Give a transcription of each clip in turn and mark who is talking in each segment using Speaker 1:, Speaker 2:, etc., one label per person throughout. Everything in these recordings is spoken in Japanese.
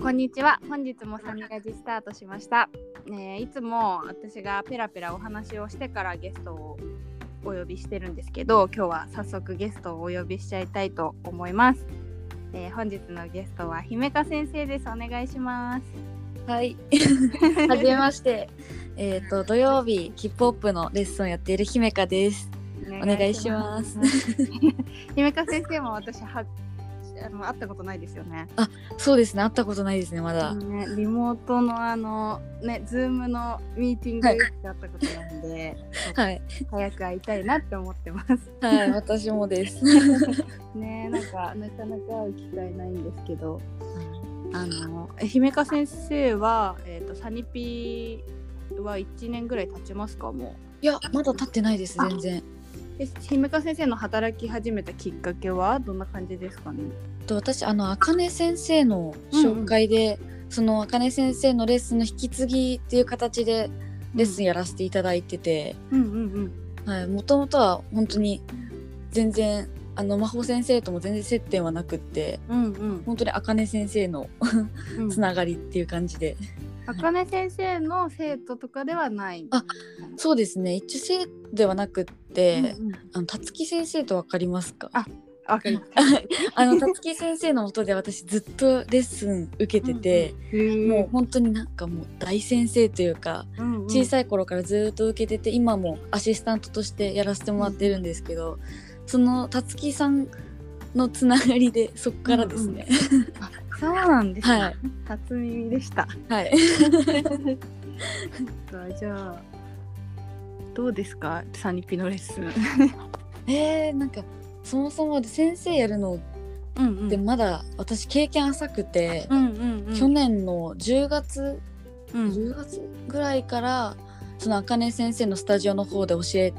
Speaker 1: こんにちは。本日もサニラジスタートしました。ねえいつも私がペラペラお話をしてからゲストをお呼びしてるんですけど、今日は早速ゲストをお呼びしちゃいたいと思います。えー本日のゲストは姫香先生です。お願いします。
Speaker 2: はい。はじめまして。えっと土曜日ヒップホップのレッスンをやっている姫香です。
Speaker 1: お
Speaker 2: お願いします。
Speaker 1: 姫香先生も私はあの会ったことないですよね。
Speaker 2: そうですね。会ったことないですね。まだ。
Speaker 1: ね、リモートのあのね、ズームのミーティング
Speaker 2: はい
Speaker 1: だったことなんで、
Speaker 2: はい。
Speaker 1: 早く会いたいなって思ってます。
Speaker 2: はい。私もです。
Speaker 1: ねえ、なんかなかなか会う機会ないんですけど、あのえ姫香先生はえっ、とサニピーは1年ぐらい経ちますかも
Speaker 2: いや、まだ経ってないです。全然。
Speaker 1: う。え姫香先生の働き始めたきっかけはどんな感じですかね。
Speaker 2: えっと私あの茜先生の紹介で、その茜先生のレッスンの引き継ぎっていう形でレッスンやらせていただいてて、
Speaker 1: うんうん
Speaker 2: はい。元々は本当に全然あの魔法先生とも全然接点はなくって。
Speaker 1: うんうんうん
Speaker 2: 本当に茜先生の
Speaker 1: うん。
Speaker 2: つながりっていう感じで
Speaker 1: あかね先生の生徒とかではない。
Speaker 2: あそうですね一応生ではなくって、
Speaker 1: うんうん
Speaker 2: あのたつき先生とわかりますか
Speaker 1: あわかりま
Speaker 2: あのたつき先生のもとで私ずっとレッスン受けてて、
Speaker 1: す。
Speaker 2: もう本当になんかもう大先生というか、
Speaker 1: うんうん
Speaker 2: 小さい頃からずっと受けてて今もアシスタントとしてやらせてもらってるんですけど、そのたつきさんのつながりでそこからですね、
Speaker 1: あそうなんですね。
Speaker 2: はい
Speaker 1: 初耳でした。
Speaker 2: はい
Speaker 1: あじゃあどうですかサニピのレッスン。
Speaker 2: えー、なんかそもそも先生やるの
Speaker 1: うんうん
Speaker 2: ってまだ私経験浅くて、
Speaker 1: うんうんうん、
Speaker 2: 去年の10月
Speaker 1: うん
Speaker 2: 10月ぐらいからその茜先生のスタジオの方で教え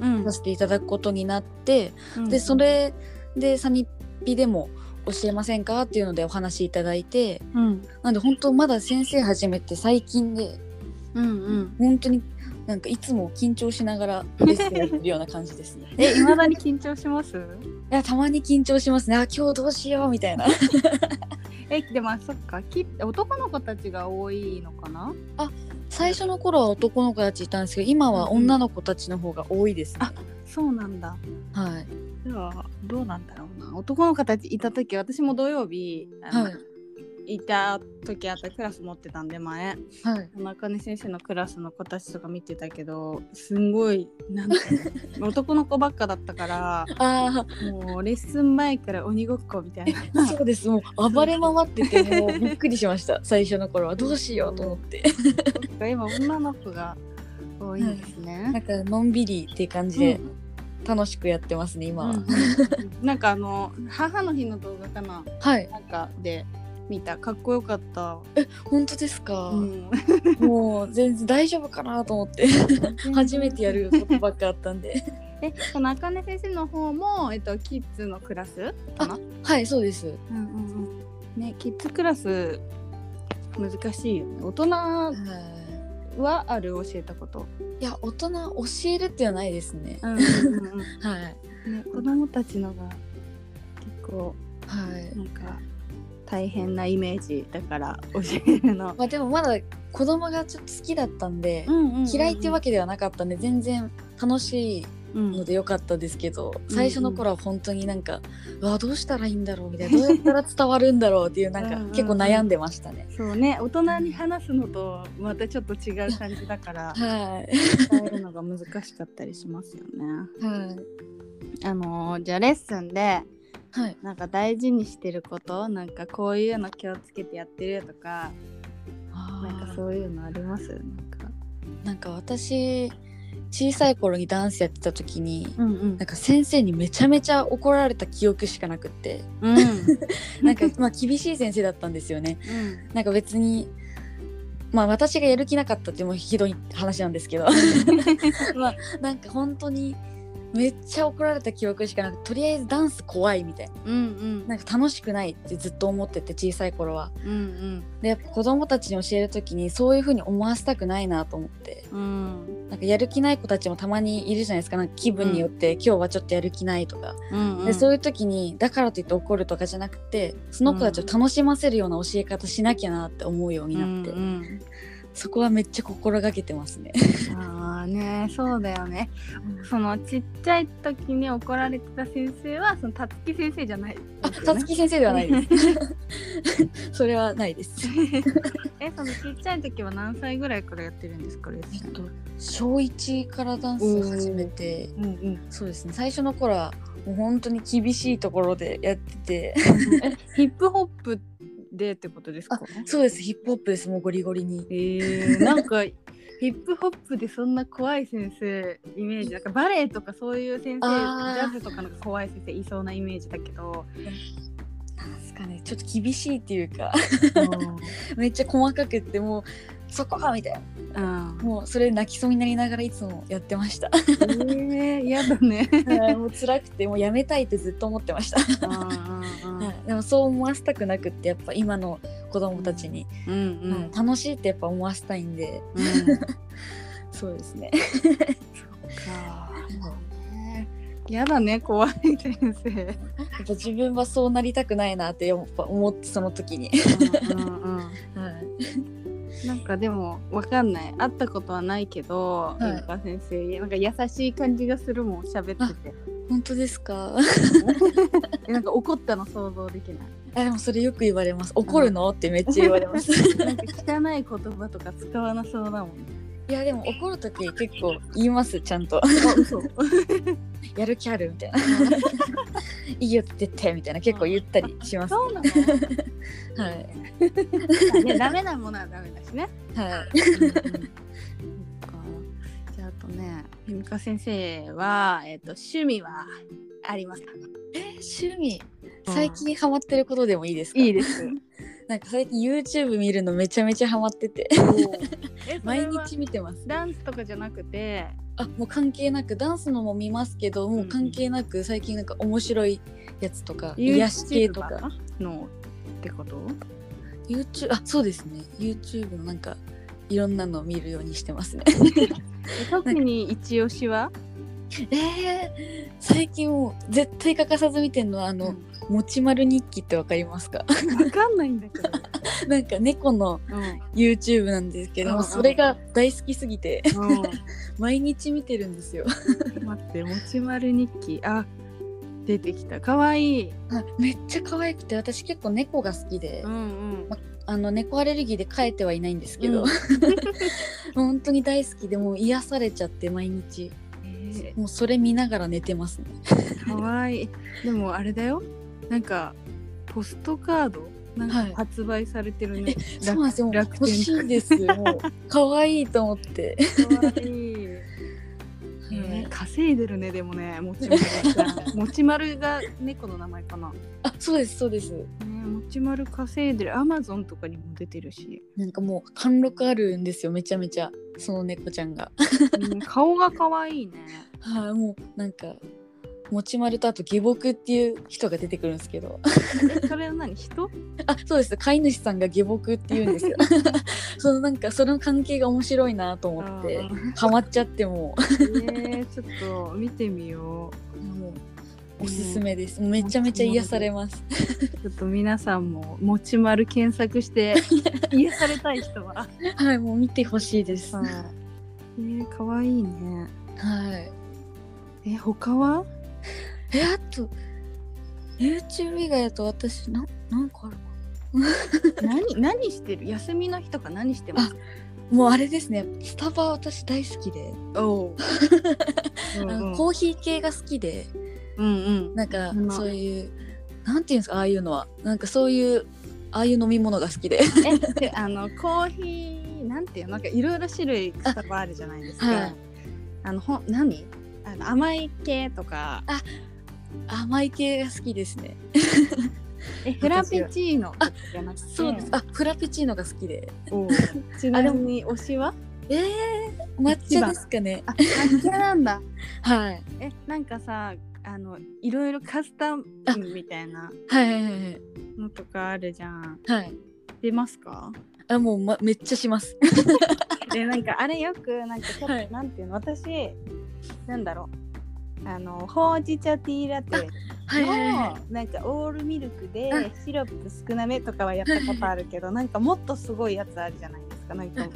Speaker 1: うん
Speaker 2: させていただくことになって、
Speaker 1: うん
Speaker 2: でそれでサニピでも教えませんかっていうのでお話しいただいて
Speaker 1: うん
Speaker 2: なんで本当まだ先生始めて最近で
Speaker 1: うんうん
Speaker 2: 本当になんかいつも緊張しながらレッスンやってるような感じですね
Speaker 1: え未だに緊張します
Speaker 2: いやたまに緊張しますねあ今日どうしようみたいな
Speaker 1: えでもあそっかき男の子たちが多いのかな
Speaker 2: 最初の頃は男の子たちいたんですけど今は女の子たちの方が多いですね、
Speaker 1: そうなんだ
Speaker 2: はい
Speaker 1: ではどうなんだろうな男の子たちいた時私も土曜日あの、
Speaker 2: はい
Speaker 1: い、た時あったクラス持ってたんで前
Speaker 2: はい
Speaker 1: 中根先生のクラスの子たちとか見てたけどすんごいなんか男の子ばっかだったから
Speaker 2: ああ
Speaker 1: もうレッスン前から鬼ごっこみたいな
Speaker 2: そうですもう暴れ回っててもうびっくりしました 最初の頃はどうしようと思って
Speaker 1: 今女の子が多いんです
Speaker 2: な
Speaker 1: ね。
Speaker 2: んかのんびりっていう感じで楽しくやってますね今は、
Speaker 1: うんなんかあの母の日の動画かな
Speaker 2: はい
Speaker 1: なんかで見たかっこよかった。
Speaker 2: 本当ですか、
Speaker 1: うん
Speaker 2: もう全然大丈夫かなと思って 初めてやることばっかあったんで
Speaker 1: えその茜先生の方も、えっと、キッズのクラスかな
Speaker 2: はいそうです
Speaker 1: うんうんうん、ねキッズクラス難しいよね大人
Speaker 2: は
Speaker 1: はある教えたこと、
Speaker 2: いいや大人教えるっていうのはないですね
Speaker 1: うんうんうん
Speaker 2: はい
Speaker 1: ね、子供たちのが結構
Speaker 2: はい
Speaker 1: なんか大変なイメージだから教えるの、
Speaker 2: まあでもまだ子供がちょっと好きだったんで、
Speaker 1: んうん
Speaker 2: 嫌いってわ
Speaker 1: け、
Speaker 2: けではなかったんで全然楽しい
Speaker 1: うん
Speaker 2: ので良かったですけど、
Speaker 1: うん
Speaker 2: 最初の頃は本当になんか、うわどうしたらいいんだろうみたいなどうやったら伝わるんだろうっていうなんか
Speaker 1: うんうんうん
Speaker 2: 結構悩んでましたね。
Speaker 1: そうね大人に話すのとまたちょっと違う感じだ から
Speaker 2: はい、
Speaker 1: 伝えるのが難しかったりしますよね。
Speaker 2: はい、
Speaker 1: あのーじゃあレッスンで
Speaker 2: はい、
Speaker 1: なんか大事にしてることなんかこういうの気をつけてやってるとかなんかそういうのありますなんか。
Speaker 2: なんか私小さい頃にダンスやってた時に。
Speaker 1: うんうん
Speaker 2: なんか先生にめちゃめちゃ怒られた記憶しかなくって
Speaker 1: うん
Speaker 2: なん かまあ厳しい先生だったんですよね
Speaker 1: うん
Speaker 2: なんか別にまあ私がや る気なかったってもうひどい話なんですけどまあなんか本当にめっちゃ怒られた記憶しかなくてとりあえずダンス怖いみたいな
Speaker 1: うん
Speaker 2: なんか楽しくないってずっと思ってて小さい頃は
Speaker 1: うんうん
Speaker 2: でやっぱ子供たちに教える時にそういう風に思わせたくないなと思って
Speaker 1: うん
Speaker 2: なんかやる気ない子たちもたまにいるじゃないですかなんか気分によって、今日はちょっとやる気ないとか、
Speaker 1: うん
Speaker 2: でそう
Speaker 1: い
Speaker 2: いう時にだからといって怒るとかじゃなくてその子たちを楽しませるような教え方しなきゃなって思うよう
Speaker 1: う
Speaker 2: になって、
Speaker 1: んうん
Speaker 2: そこはめっちゃ心がけてますね。
Speaker 1: ああねそうだよねそのちっちゃい時に怒られてた先生はそのたつき先生じゃない、
Speaker 2: あ、さつき先生ではないです。 それはないです。
Speaker 1: えそのちっちゃい時は何歳ぐらいからやってるんですかレッ
Speaker 2: え
Speaker 1: ス
Speaker 2: っ
Speaker 1: ン
Speaker 2: と小一からダンス始めて、
Speaker 1: うんうん
Speaker 2: そうですね。最初の頃はもう本当に厳しいところでやってて、
Speaker 1: えヒップホップでってことですか
Speaker 2: そうです。ヒップホップです。もうゴリゴリに。
Speaker 1: えー、なんかヒップホップでそんな怖い先生イメージなんかバレエとかそういう先生ジ
Speaker 2: あー
Speaker 1: ャズとかの怖い先生いそうなイメージだけど
Speaker 2: なんですかね。ちょっと厳しいって いうか、 めっちゃ細かくってもうそこはみたいな。
Speaker 1: うん
Speaker 2: もうそれ泣きそうになりながらいつもやってました。
Speaker 1: えー、嫌だ ね
Speaker 2: はいもう辛くてもうやめたいってずっと思ってました。
Speaker 1: うん
Speaker 2: はいでもそう思わせたくなくってやっぱ今の子供たちに。
Speaker 1: うんうん
Speaker 2: はい楽しいってやっぱ思わせたいんで
Speaker 1: うん
Speaker 2: そうですね
Speaker 1: かね嫌だね怖い先生
Speaker 2: やっぱ自分はそうなりたくないなってやっぱ思ってその時に、
Speaker 1: うんうんうん
Speaker 2: はい、
Speaker 1: なんかでもわかんない会ったことはないけど、
Speaker 2: い
Speaker 1: ゆうか先生なんか優しい感じがするもん喋ってて
Speaker 2: 本当ですか
Speaker 1: えなんか怒ったの想像できない
Speaker 2: あでもそれよく言われます怒るのってめっちゃ言われます
Speaker 1: なんか汚い言葉とか使わなそうだもん
Speaker 2: いやでも怒る時結構言いますちゃんと
Speaker 1: あ嘘
Speaker 2: やる気あるみたいな いいよって言ってみたいな結構言ったりし ます、は
Speaker 1: そうなの
Speaker 2: い
Speaker 1: ねダメなものはダメだしね
Speaker 2: はい
Speaker 1: そっかじゃああとねゆみか先生は、えっと趣味はありますか
Speaker 2: 趣味最近ハマってることでもいいですか
Speaker 1: いい です
Speaker 2: なんか最近 YouTube 見るのめちゃめちゃハマって て
Speaker 1: えそれ
Speaker 2: 毎
Speaker 1: は
Speaker 2: 日見てます
Speaker 1: ダンスとかじゃなくて
Speaker 2: あもう関係なくダンスのも見ますけどもう関係なく最近なんか面白いやつとか癒し系とか
Speaker 1: YouTuber のってこと
Speaker 2: YouTube あそうですね YouTube のなんかいろんなのを見るようにしてますね
Speaker 1: え特に一押しは
Speaker 2: えー、最近もう絶対欠かさず見てるのはあの「
Speaker 1: う
Speaker 2: もちまる日記」ってわかりますか
Speaker 1: んわかんないんだけど、
Speaker 2: なんか猫の YouTube なんですけど
Speaker 1: うん
Speaker 2: も
Speaker 1: うん
Speaker 2: それが大好きすぎて
Speaker 1: うんうん
Speaker 2: 毎日見てるんですよ
Speaker 1: 待って、もちまる日記。あ、出てきた。かわいい。
Speaker 2: あめっちゃ可愛くて私結構猫が好きで、
Speaker 1: ん
Speaker 2: あの猫アレルギーで飼えてはいないんですけど、
Speaker 1: うん
Speaker 2: 本当に大好きでもう癒されちゃって毎日
Speaker 1: え
Speaker 2: もうそれ見ながら寝てますね
Speaker 1: ー、かわいい。でもあれだよ。なんか、ポストカードなん
Speaker 2: はい
Speaker 1: か発売されてるね。
Speaker 2: そうなんですよもう
Speaker 1: 楽
Speaker 2: 欲しいですよもう可愛いと思って、
Speaker 1: かわいい。えー稼いでるね、でもね、もちまる ちゃん。もちまるが猫の名前かな。
Speaker 2: あそうですそうです
Speaker 1: ね、もちまる稼いでる。アマゾンとかにも出てるし。
Speaker 2: なんかもう貫禄あるんですよめちゃめちゃその猫ちゃんが
Speaker 1: うん顔がかわいいね。
Speaker 2: はい、もうなんか持ち丸とあと下僕っていう人が出てくるんですけど
Speaker 1: え、それは何人
Speaker 2: あそうです飼い主さんが下僕っていうんですよそのなんかその関係が面白いなと思って
Speaker 1: うん
Speaker 2: ハマっちゃってもう
Speaker 1: えー、ちょっと見てみよ
Speaker 2: もうおすすめです。めちゃめちゃ癒されます。
Speaker 1: う。ちょっと皆さんももちまる検索して 癒されたい人は。
Speaker 2: はい、もう見てほしいです。は
Speaker 1: えー、かわいいね。
Speaker 2: い。
Speaker 1: え、他は？
Speaker 2: え、あと YouTube 以外だと私ななんかあるか
Speaker 1: 何何してる？休みの日とか何してます？
Speaker 2: なもうあれですね。スタバ私大好きで、
Speaker 1: おう。うん
Speaker 2: あ
Speaker 1: う
Speaker 2: の
Speaker 1: ん
Speaker 2: コーヒー系が好きで、
Speaker 1: うん
Speaker 2: なんか
Speaker 1: うん
Speaker 2: そういうなんていうんですかああいうのは、なんかそういうああいう飲み物が好きで、
Speaker 1: うん。え、であのコーヒーなんていうのなんかいろいろ種類スタバあるじゃないですか。
Speaker 2: はい
Speaker 1: あのほん何？あの甘い系とか、
Speaker 2: 甘い系が好きですね。
Speaker 1: えフラペチーノとかじゃなくて。
Speaker 2: そうです。あ、フラペチーノが好きで、
Speaker 1: おうちなみに推しは？
Speaker 2: えー、抹茶ですかね
Speaker 1: あ抹茶なんだ
Speaker 2: はい
Speaker 1: えなんかさあのいろいろカスタムみたいな
Speaker 2: はいはいはいはい
Speaker 1: のとかあるじゃん
Speaker 2: はい
Speaker 1: 出ますか
Speaker 2: あもう、ま、めっちゃします
Speaker 1: でなんかあれよくなんかちょっと、
Speaker 2: はい
Speaker 1: なんていうの私なんだろうあのほうじ茶ティーラテ
Speaker 2: はいはいはいはい
Speaker 1: のなんかオールミルクで
Speaker 2: あ
Speaker 1: シロップ少なめとかはやったことあるけどなんかもっとすごいやつあるじゃないですかなんか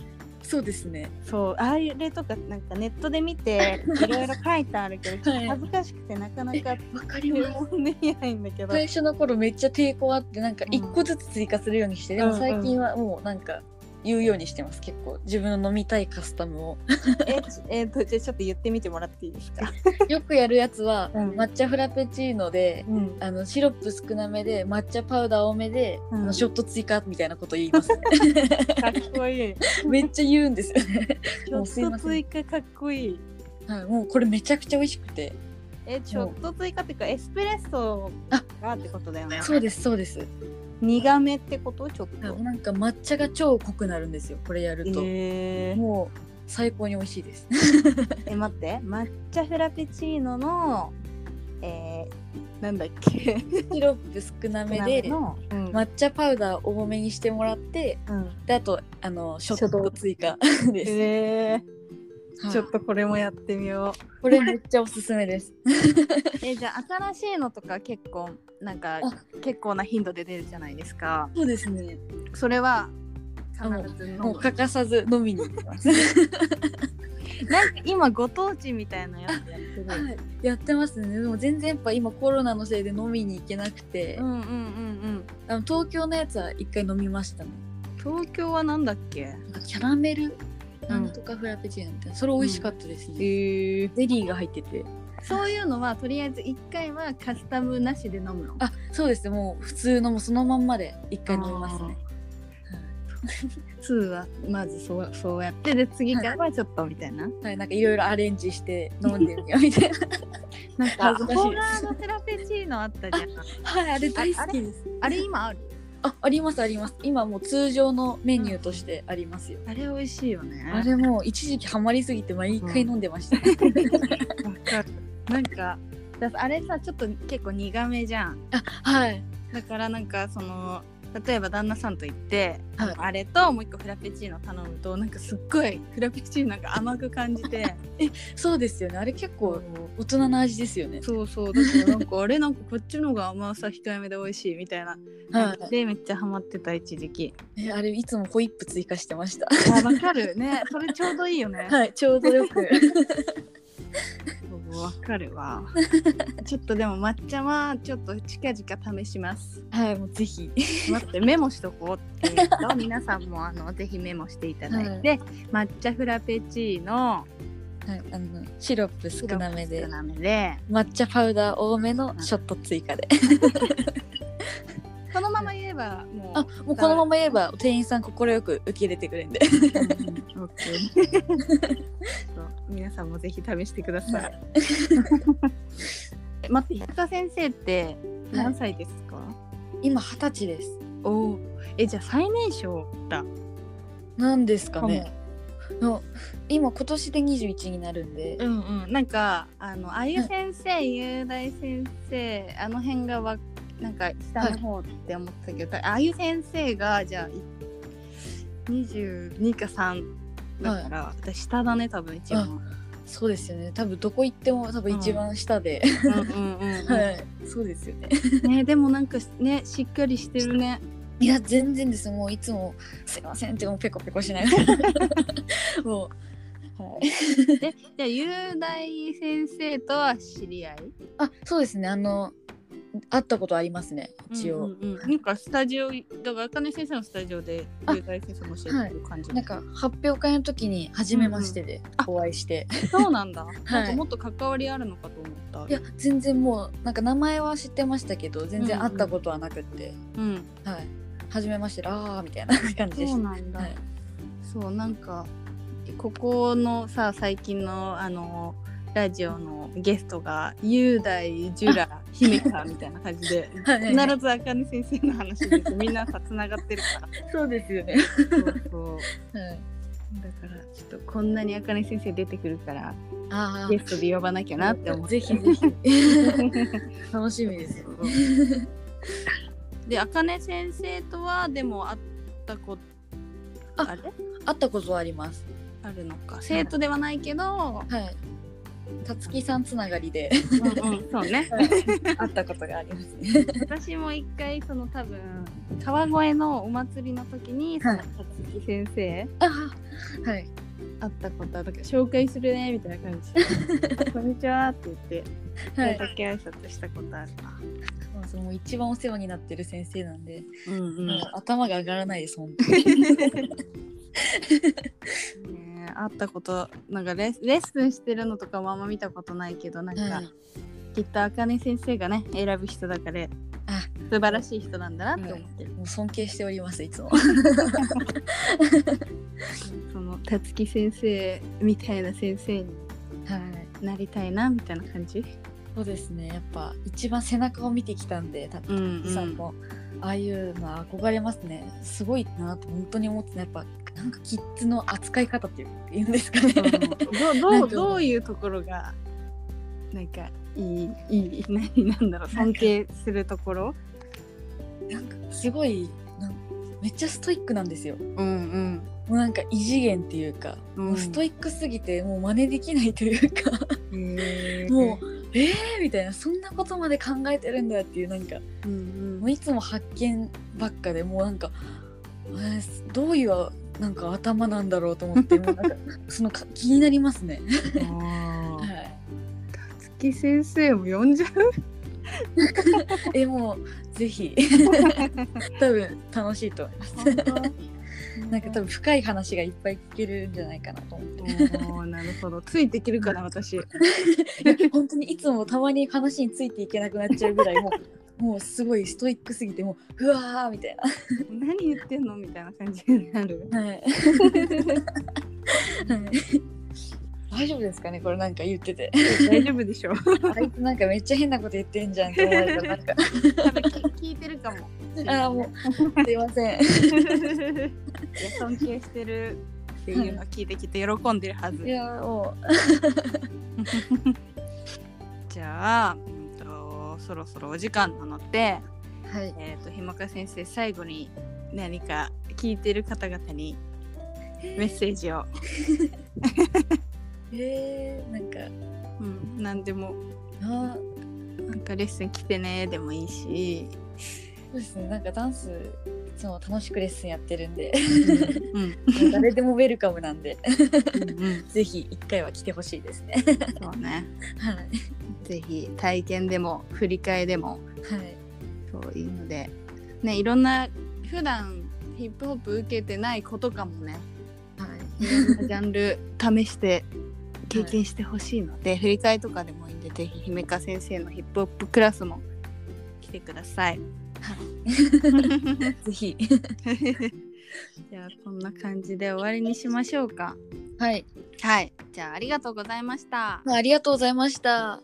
Speaker 2: そうですね
Speaker 1: そうあれとかなんかネットで見 ていろいろ書いてあるけどちょっと恥ずかしくてなかなか
Speaker 2: わかり
Speaker 1: 注文できないんだけど
Speaker 2: 最初の頃めっちゃ抵抗あってなんか
Speaker 1: うん
Speaker 2: 一個ずつ追加するようにして、で
Speaker 1: うん
Speaker 2: も
Speaker 1: うん
Speaker 2: 最近はもうなんか言うようにしてます結構自分の飲みたいカスタム を
Speaker 1: えちえーとじゃあちょっと言ってみてもらっていいですか
Speaker 2: よくやるやつは、
Speaker 1: うん
Speaker 2: 抹茶フラペチーノで
Speaker 1: うん
Speaker 2: あのシロップ少なめで抹茶パウダー多めで、
Speaker 1: うん
Speaker 2: あのショット追加みたいなこと言います
Speaker 1: かっこいい
Speaker 2: めっちゃ言うんですよね、
Speaker 1: ち
Speaker 2: も
Speaker 1: ょ
Speaker 2: う
Speaker 1: っ
Speaker 2: すいま
Speaker 1: と
Speaker 2: せん
Speaker 1: 追加かっこいい
Speaker 2: はい、もうこれめちゃくちゃ美味しくて
Speaker 1: えちょっと追加っていうかエスプレッソがってことだよね
Speaker 2: そうですそうです
Speaker 1: 苦めってことちょっと
Speaker 2: なんか抹茶が超濃くなるんですよこれやると、
Speaker 1: えー
Speaker 2: もう最高に美味しいです
Speaker 1: え待って抹茶フラペチーノのえー、なんだっけ
Speaker 2: シロップ少なめで
Speaker 1: の、うん
Speaker 2: 抹茶パウダー多めにしてもらって
Speaker 1: うん
Speaker 2: であとあのショット追加です、
Speaker 1: え
Speaker 2: はい
Speaker 1: ちょっとこれもやってみよう。
Speaker 2: これめっちゃおすすめです
Speaker 1: えじゃあ新しいのとか結構なんか
Speaker 2: あ
Speaker 1: 結構な頻度で出るじゃないですか。
Speaker 2: そうですね
Speaker 1: それは必ず飲
Speaker 2: も
Speaker 1: む
Speaker 2: う。欠かさず飲みに行き ます、
Speaker 1: なんか今ご当地みたいなやつやってる。
Speaker 2: はいやってますねでも全然やっぱ今コロナのせいで飲みに行けなくて、
Speaker 1: うんうんうん
Speaker 2: あの東京のやつは一回飲みましたね
Speaker 1: うん。東京はなんだっけ？
Speaker 2: なんかキャラメル
Speaker 1: う
Speaker 2: なんんとかフラペチーノみたいなそれ美味しかったですね、
Speaker 1: え
Speaker 2: ゼリーが入ってて
Speaker 1: そういうのはとりあえず一回はカスタムなしで飲むの。
Speaker 2: あそうですねもう普通のもうそのまんまで一回飲みますね
Speaker 1: ツーはまずそうそうやってで次からはちょっとみたいな。
Speaker 2: はい、なんかいろいろアレンジして飲んでみようみ たいな
Speaker 1: なんか
Speaker 2: 恥ずかしい
Speaker 1: ホーラーのテラペチーノあったじゃん。
Speaker 2: はいあれ大好きです
Speaker 1: あれ今ある。
Speaker 2: あありますあります今もう通常のメニューとしてありますよ、
Speaker 1: あれ美味しいよね。
Speaker 2: あれもう一時期ハマりすぎて毎回飲んでました、
Speaker 1: わかるなんかだあれさちょっと結構苦めじゃん
Speaker 2: はい
Speaker 1: だからなんかその例えば旦那さんと行って、
Speaker 2: はい
Speaker 1: あれともう一個フラペチーノ頼むとなんかすっごいフラペチーノが甘く感じ て
Speaker 2: そうですよねあれ結
Speaker 1: こ
Speaker 2: 構大人の味ですよね
Speaker 1: うそうそうだからなんかあれなんかこっちの方が甘さ控えめで美味しいみたいな
Speaker 2: は
Speaker 1: でめっちゃハマってた一時期
Speaker 2: い、ねあれいつもホイップ追加してました
Speaker 1: あわかるねそれちょうどいいよね
Speaker 2: はいちょうどよく
Speaker 1: わかる わちょっとでも抹茶はちょっと近々試します
Speaker 2: はいもうぜひ
Speaker 1: 待ってメモしとこうっていう と皆さんもあのぜひメモしていただいて、抹茶フラペチーノ
Speaker 2: はい、あのシロップ少なめ
Speaker 1: シロ
Speaker 2: で
Speaker 1: ップ少なめで
Speaker 2: 抹茶パウダー多めのショット追加で
Speaker 1: このまま言えばもう
Speaker 2: あもうこのまま言えば店員さん快く受け入れてくれんで
Speaker 1: うんオッケーち ょっと皆さんもぜひ試してください、
Speaker 2: は
Speaker 1: 待って平田先生って何歳ですか、
Speaker 2: 今二十歳です
Speaker 1: おおえじゃあ最年少だ
Speaker 2: なんですかね
Speaker 1: か
Speaker 2: の今今年で21になるんで、
Speaker 1: うんうんなんかあのあゆ先生雄大先生あの辺がわなんか下の方って思ってたけど、ああゆ先生がじゃあい22か3だから、私下だね多分一番。
Speaker 2: そうですよね多分どこ行っても多分一番下で、
Speaker 1: うんうんうんうん
Speaker 2: はいそうですよね
Speaker 1: ねでもなんかねしっかりしてるね。
Speaker 2: いや全然ですもういつも「すいません」ってもうペコペコ しながらもう、はい、
Speaker 1: でじゃあ雄大先生とは知り合い
Speaker 2: あそうですねあの会ったことありますね一応、
Speaker 1: うんうんうんなんかスタジオだから茜先生のスタジオで雄大先生も教えてる感じ、
Speaker 2: なんか発表会の時に初めましてで
Speaker 1: あ
Speaker 2: お会いして、
Speaker 1: そうなんだ、なんかもっと関わりあるのかと思った。
Speaker 2: いや全然もうなんか名前は知ってましたけど全然
Speaker 1: うんうん
Speaker 2: 会ったことはなくって、
Speaker 1: うん
Speaker 2: はい初めましてでああみたいな感じでし
Speaker 1: そう
Speaker 2: た
Speaker 1: なんだ、
Speaker 2: はい
Speaker 1: そうなんかここのさ最近のあのラジオのゲストが雄大ジュラ姫かみたいな感じ で
Speaker 2: はい
Speaker 1: 必ずあかね先 生の話ですみんなさつながってるか
Speaker 2: そうですよね、
Speaker 1: らそうそう
Speaker 2: はい、
Speaker 1: だからちょっとこんなにあかね先生出てくるから
Speaker 2: あ
Speaker 1: ゲストで呼ばなきゃなって思
Speaker 2: あ、
Speaker 1: って
Speaker 2: ぜひぜひ 楽しみですよ。
Speaker 1: であかね先生とはでも会ったこと
Speaker 2: あ
Speaker 1: あれ
Speaker 2: 会ったことはあります。
Speaker 1: あるのか生徒ではないけど、
Speaker 2: はい。たつきさんつながりで
Speaker 1: うんうん、 そうね
Speaker 2: 会ったこと がありますね。
Speaker 1: 私も一回その多分川越のお祭りの時に
Speaker 2: はい
Speaker 1: さつき先生
Speaker 2: あはい。
Speaker 1: 会ったことあるから紹介するねみたいな感 じこんにちはって言って
Speaker 2: はい。
Speaker 1: 掛け挨拶したことあるな
Speaker 2: まあその一番お世話になってる先生なんで、
Speaker 1: うん
Speaker 2: もう頭が上がらないです本当に。
Speaker 1: ねえ会ったことなんかレッレッスンしてるのとかもあんま見たことないけどなんか、
Speaker 2: はい
Speaker 1: きっとあかね先生がね選ぶ人だから
Speaker 2: あ
Speaker 1: 素晴らしい人なんだなって思ってる、
Speaker 2: もう尊敬しておりますいつも。
Speaker 1: そのたつき先生みたいな先生に
Speaker 2: はい。
Speaker 1: なりたいなみたいな感じ
Speaker 2: そうですね。やっぱ一番背中を見てきたんで、た
Speaker 1: うんうん
Speaker 2: さんも、ああいうのは憧れますね。すごいなと本当に思ってたやっぱなんかキッズの扱い方っていうんですかね。
Speaker 1: ど
Speaker 2: な
Speaker 1: ど
Speaker 2: ん
Speaker 1: う
Speaker 2: か
Speaker 1: どういうところがなんかいいいい何なんだろう尊敬するところ
Speaker 2: なんかすごいなんめっちゃストイックなんですよ。
Speaker 1: うんうん
Speaker 2: もうなんか異次元っていうか、
Speaker 1: うん
Speaker 2: もうストイックすぎてもう真似できないというか、 もうえーみたいなそんなことまで考えてるんだっていうなんか
Speaker 1: う、うん
Speaker 2: もういつも発見ばっかでもうなんか、えーどういうなんか頭なんだろうと思ってもうなんか そのか気になりますね。は
Speaker 1: あ
Speaker 2: い、
Speaker 1: 月先生も呼んじゃう
Speaker 2: えもうぜひ多分楽しいと思います。なんか多分深い話がいっぱい聞けるんじゃないかなと思って。
Speaker 1: おーなるほどついていけるかな私
Speaker 2: いや本当にいつもたまに話についていけなくなっちゃうぐらいも うもうすごいストイックすぎてもううわーみたい
Speaker 1: 何言ってんのみたいな感じにな る。
Speaker 2: な、はい大丈夫ですかねこれなんか言ってて
Speaker 1: 大丈夫でしょう。
Speaker 2: あいつなんかめっちゃ変なこと言ってんじゃんって思われたらなん
Speaker 1: 多
Speaker 2: か
Speaker 1: 分聞聞いてるかも。
Speaker 2: ああもうすいませ ん
Speaker 1: いや尊敬してるっていうのを聞いてきて喜んでるはず
Speaker 2: い。やーも
Speaker 1: じゃあ、うんと、そろそろお時間なので、
Speaker 2: うはい
Speaker 1: えっ、とひまか先生最後に何か聞いてる方々にメッセージを、
Speaker 2: えー、なんか
Speaker 1: うん、何でも
Speaker 2: あー
Speaker 1: なんかレッスン来てねでもいいし、
Speaker 2: そうですねなんかダンスいつも楽しくレッスンやってるん で
Speaker 1: うん、うん
Speaker 2: 誰でもウェルカムなんで
Speaker 1: うん、
Speaker 2: ぜひ一回は来てほしいですね
Speaker 1: そうね。
Speaker 2: はい
Speaker 1: ぜひ体験でも振り替えでも
Speaker 2: はい
Speaker 1: そういうのでねいろんな普段ヒップホップ受けてないことかもね
Speaker 2: はい
Speaker 1: いろんなジャンル試して経験してほしいので、振り替えとかでもいいんでぜひ姫香先生のヒップホップクラスも来てください。
Speaker 2: はい ぜひ。
Speaker 1: じゃあこんな感じで終わりにしましょうか。
Speaker 2: はい。
Speaker 1: はいじゃあありがとうございました。
Speaker 2: ありがとうございました。